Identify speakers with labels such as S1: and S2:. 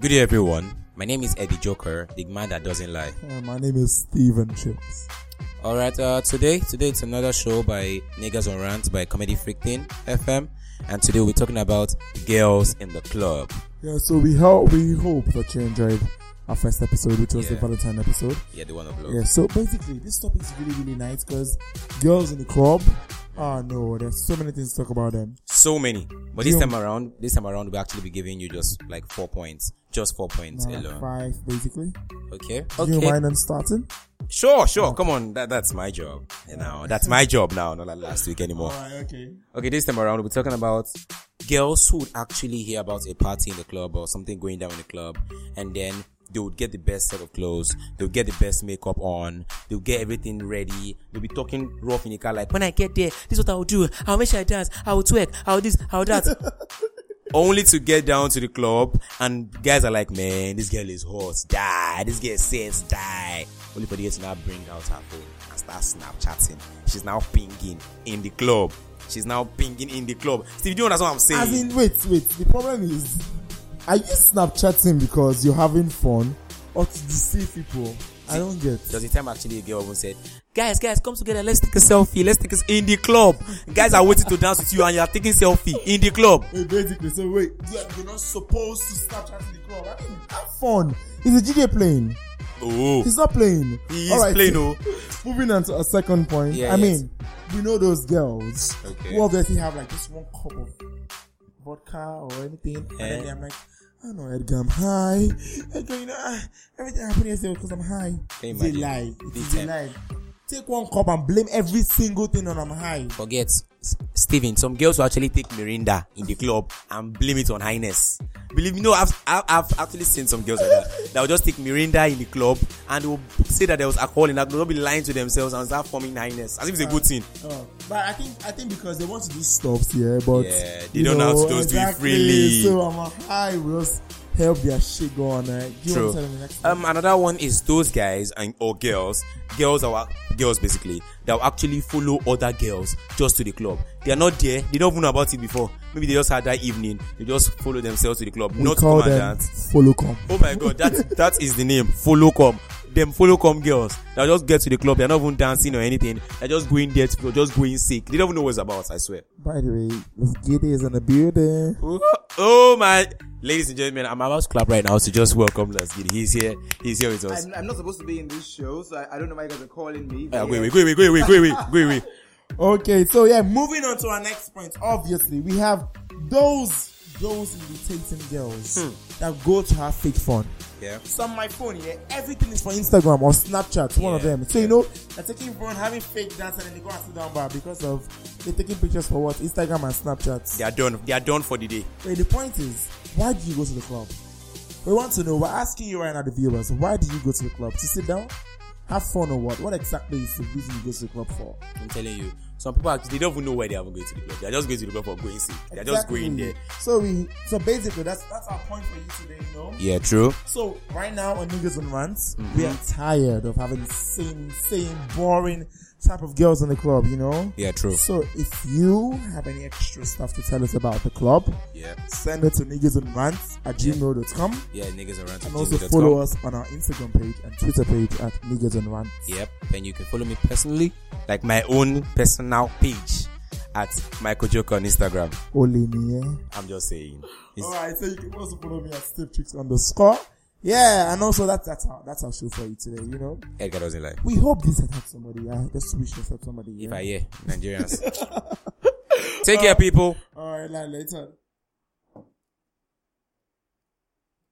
S1: Good day, everyone. My name is Eddie Joker, the man that doesn't lie.
S2: Uh, my name is Steven Chips.
S1: All right, uh, today today it's another show by Niggas on Rant by Comedy Freaking FM, and today we're talking about girls in the club.
S2: Yeah, so we hope we hope that you enjoyed our first episode, which was the
S1: Yeah.
S2: Valentine episode.
S1: Yeah, the one of love.
S2: Yeah, so basically this topic is really really nice because girls in the club. Ah no, there's so many things to talk about them.
S1: So many, but this
S2: Yeah.
S1: time around, this time around we'll actually be giving you just like four points, just four points
S2: Nah,
S1: alone.
S2: five basically.
S1: Okay,
S2: Do you
S1: okay,
S2: mind on starting?
S1: sure, sure. Come on, that, that's my job. You know, that's my job now, not like last week anymore.
S2: Alright, okay.
S1: Okay, this time around we're talking about girls who would actually hear about a party in the club or something going down in the club, and then they would get the best set of clothes, they'll get the best makeup on, they'll get everything ready, they'll be talking rough in the car like, "When I get there, this is what I will do. I'll make sure I dance. I will twerk. I'll this. I'll that." Only to get down to the club and guys are like, "Man, this girl is hot. Die. This girl says die." Only for the girl to now bring out her phone and start Snapchatting. She's now pinging in the club. She's now pinging in the club. Steve, do you understand what I'm saying?
S2: As in, wait, wait. The problem is, are you Snapchatting because you're having fun or to deceive people? I don't get.
S1: There's a time actually a girl even said, Guys, guys, come together, let's take a selfie, let's take a in the club. guys are waiting to dance with you and you are taking selfie in the club.
S2: Wait, basically, so wait, you're, you're not supposed to Snapchat in the club. I mean, have fun. Is the DJ playing?
S1: Oh.
S2: He's not playing.
S1: He is
S2: All right,
S1: plain
S2: so
S1: oh.
S2: Moving on to a second point.
S1: Yeah,
S2: I
S1: yes.
S2: mean, we know those girls
S1: Okay.
S2: who obviously have like this one cup of vodka or anything, and
S1: Eh.
S2: then I'm like, I don't know, Edgar, I'm high. Edgar, you know, ah, everything happened yesterday because I'm high.
S1: Can you
S2: They
S1: imagine?
S2: lie. It
S1: Big
S2: is a
S1: time.
S2: lie. Take one cup and blame every single thing on I'm high.
S1: Forget S- Steven, some girls will actually take Mirinda in the club and blame it on highness. Believe me, no, I've, I've, I've actually seen some girls like that. That will just take Mirinda in the club and they will say that there was alcohol in that club. They'll be lying to themselves and start forming highness. As if it's a good thing.
S2: Oh, but I think I think because they want to do stuffs, yeah, but
S1: Yeah, they
S2: you
S1: don't know
S2: know,
S1: how to just do it
S2: exactly,
S1: freely.
S2: So I'm like, I will just help their shit go on. Uh, you
S1: True.
S2: want to tell me next
S1: Um, another one is those guys and or girls, girls are girls basically that will actually follow other girls just to the club. They are not there. They don't even know about it before. Maybe they just had that evening. They just follow themselves to the club,
S2: we
S1: not to
S2: call
S1: come and
S2: them
S1: dance.
S2: follow come.
S1: Oh my god, that that is the name. Follow come. Them follow come girls that just get to the club. They're not even dancing or anything. They're just going there to just going sick. They don't even know what it's about. I swear.
S2: By the way, this Giddy is in the building.
S1: Ooh, Oh my, ladies and gentlemen, I'm about to clap right now to just welcome Les Giddy. He's here. He's here with us.
S3: I'm, I'm not supposed to be in this show, so I, I don't know why you guys are calling me.
S1: Yeah,
S3: but
S1: go away, go away, go away, go away, go away.
S2: Okay, so yeah, moving on to our next point. Obviously, we have those those irritating girls
S1: Hmm.
S2: that go to have fake fun.
S1: Yeah.
S2: So on my phone, yeah, everything is for Instagram or Snapchat, one of
S1: Yeah.
S2: them. So you know, they're taking phone, having fake dance, and then they go and sit down bar because of they're taking pictures for what Instagram and Snapchat.
S1: They are done. They are done for the day.
S2: Wait, the point is, why do you go to the club? We want to know. We're asking you right now, the viewers, why do you go to the club to sit down, have fun, or what? What exactly is the reason you go to the club for?
S1: I'm telling you. Some people actually they don't even know why they haven't going to the club. They are just going to the club for going sick. They are just
S2: Exactly.
S1: going there.
S2: So we, so basically, that's that's our point for you today, you know.
S1: Yeah, true.
S2: So right now on niggas on rants,
S1: Mm-hmm.
S2: we are tired of having same, same boring type of girls in the club, you know.
S1: Yeah, true.
S2: So if you have any extra stuff to tell us about the club,
S1: Yeah.
S2: send it to niggas on rants at gmail.com.
S1: Yeah, niggas around.
S2: And also follow us on our Instagram page and Twitter page at Niggas and Rants.
S1: Yep. And you can follow me personally, like my own personal page at Michael Joker on Instagram.
S2: Only me. eh?
S1: I'm just saying. It's-
S2: Alright, so you can also follow me at Steve Tricks underscore. Yeah, and also that's that's our that's our show for you today, you know.
S1: Edgar doesn't like.
S2: We hope this has helped somebody. uh, I just wish this helped somebody.
S1: If
S2: Yeah.
S1: I hear Nigerians. Take care, people.
S2: Alright, like, later.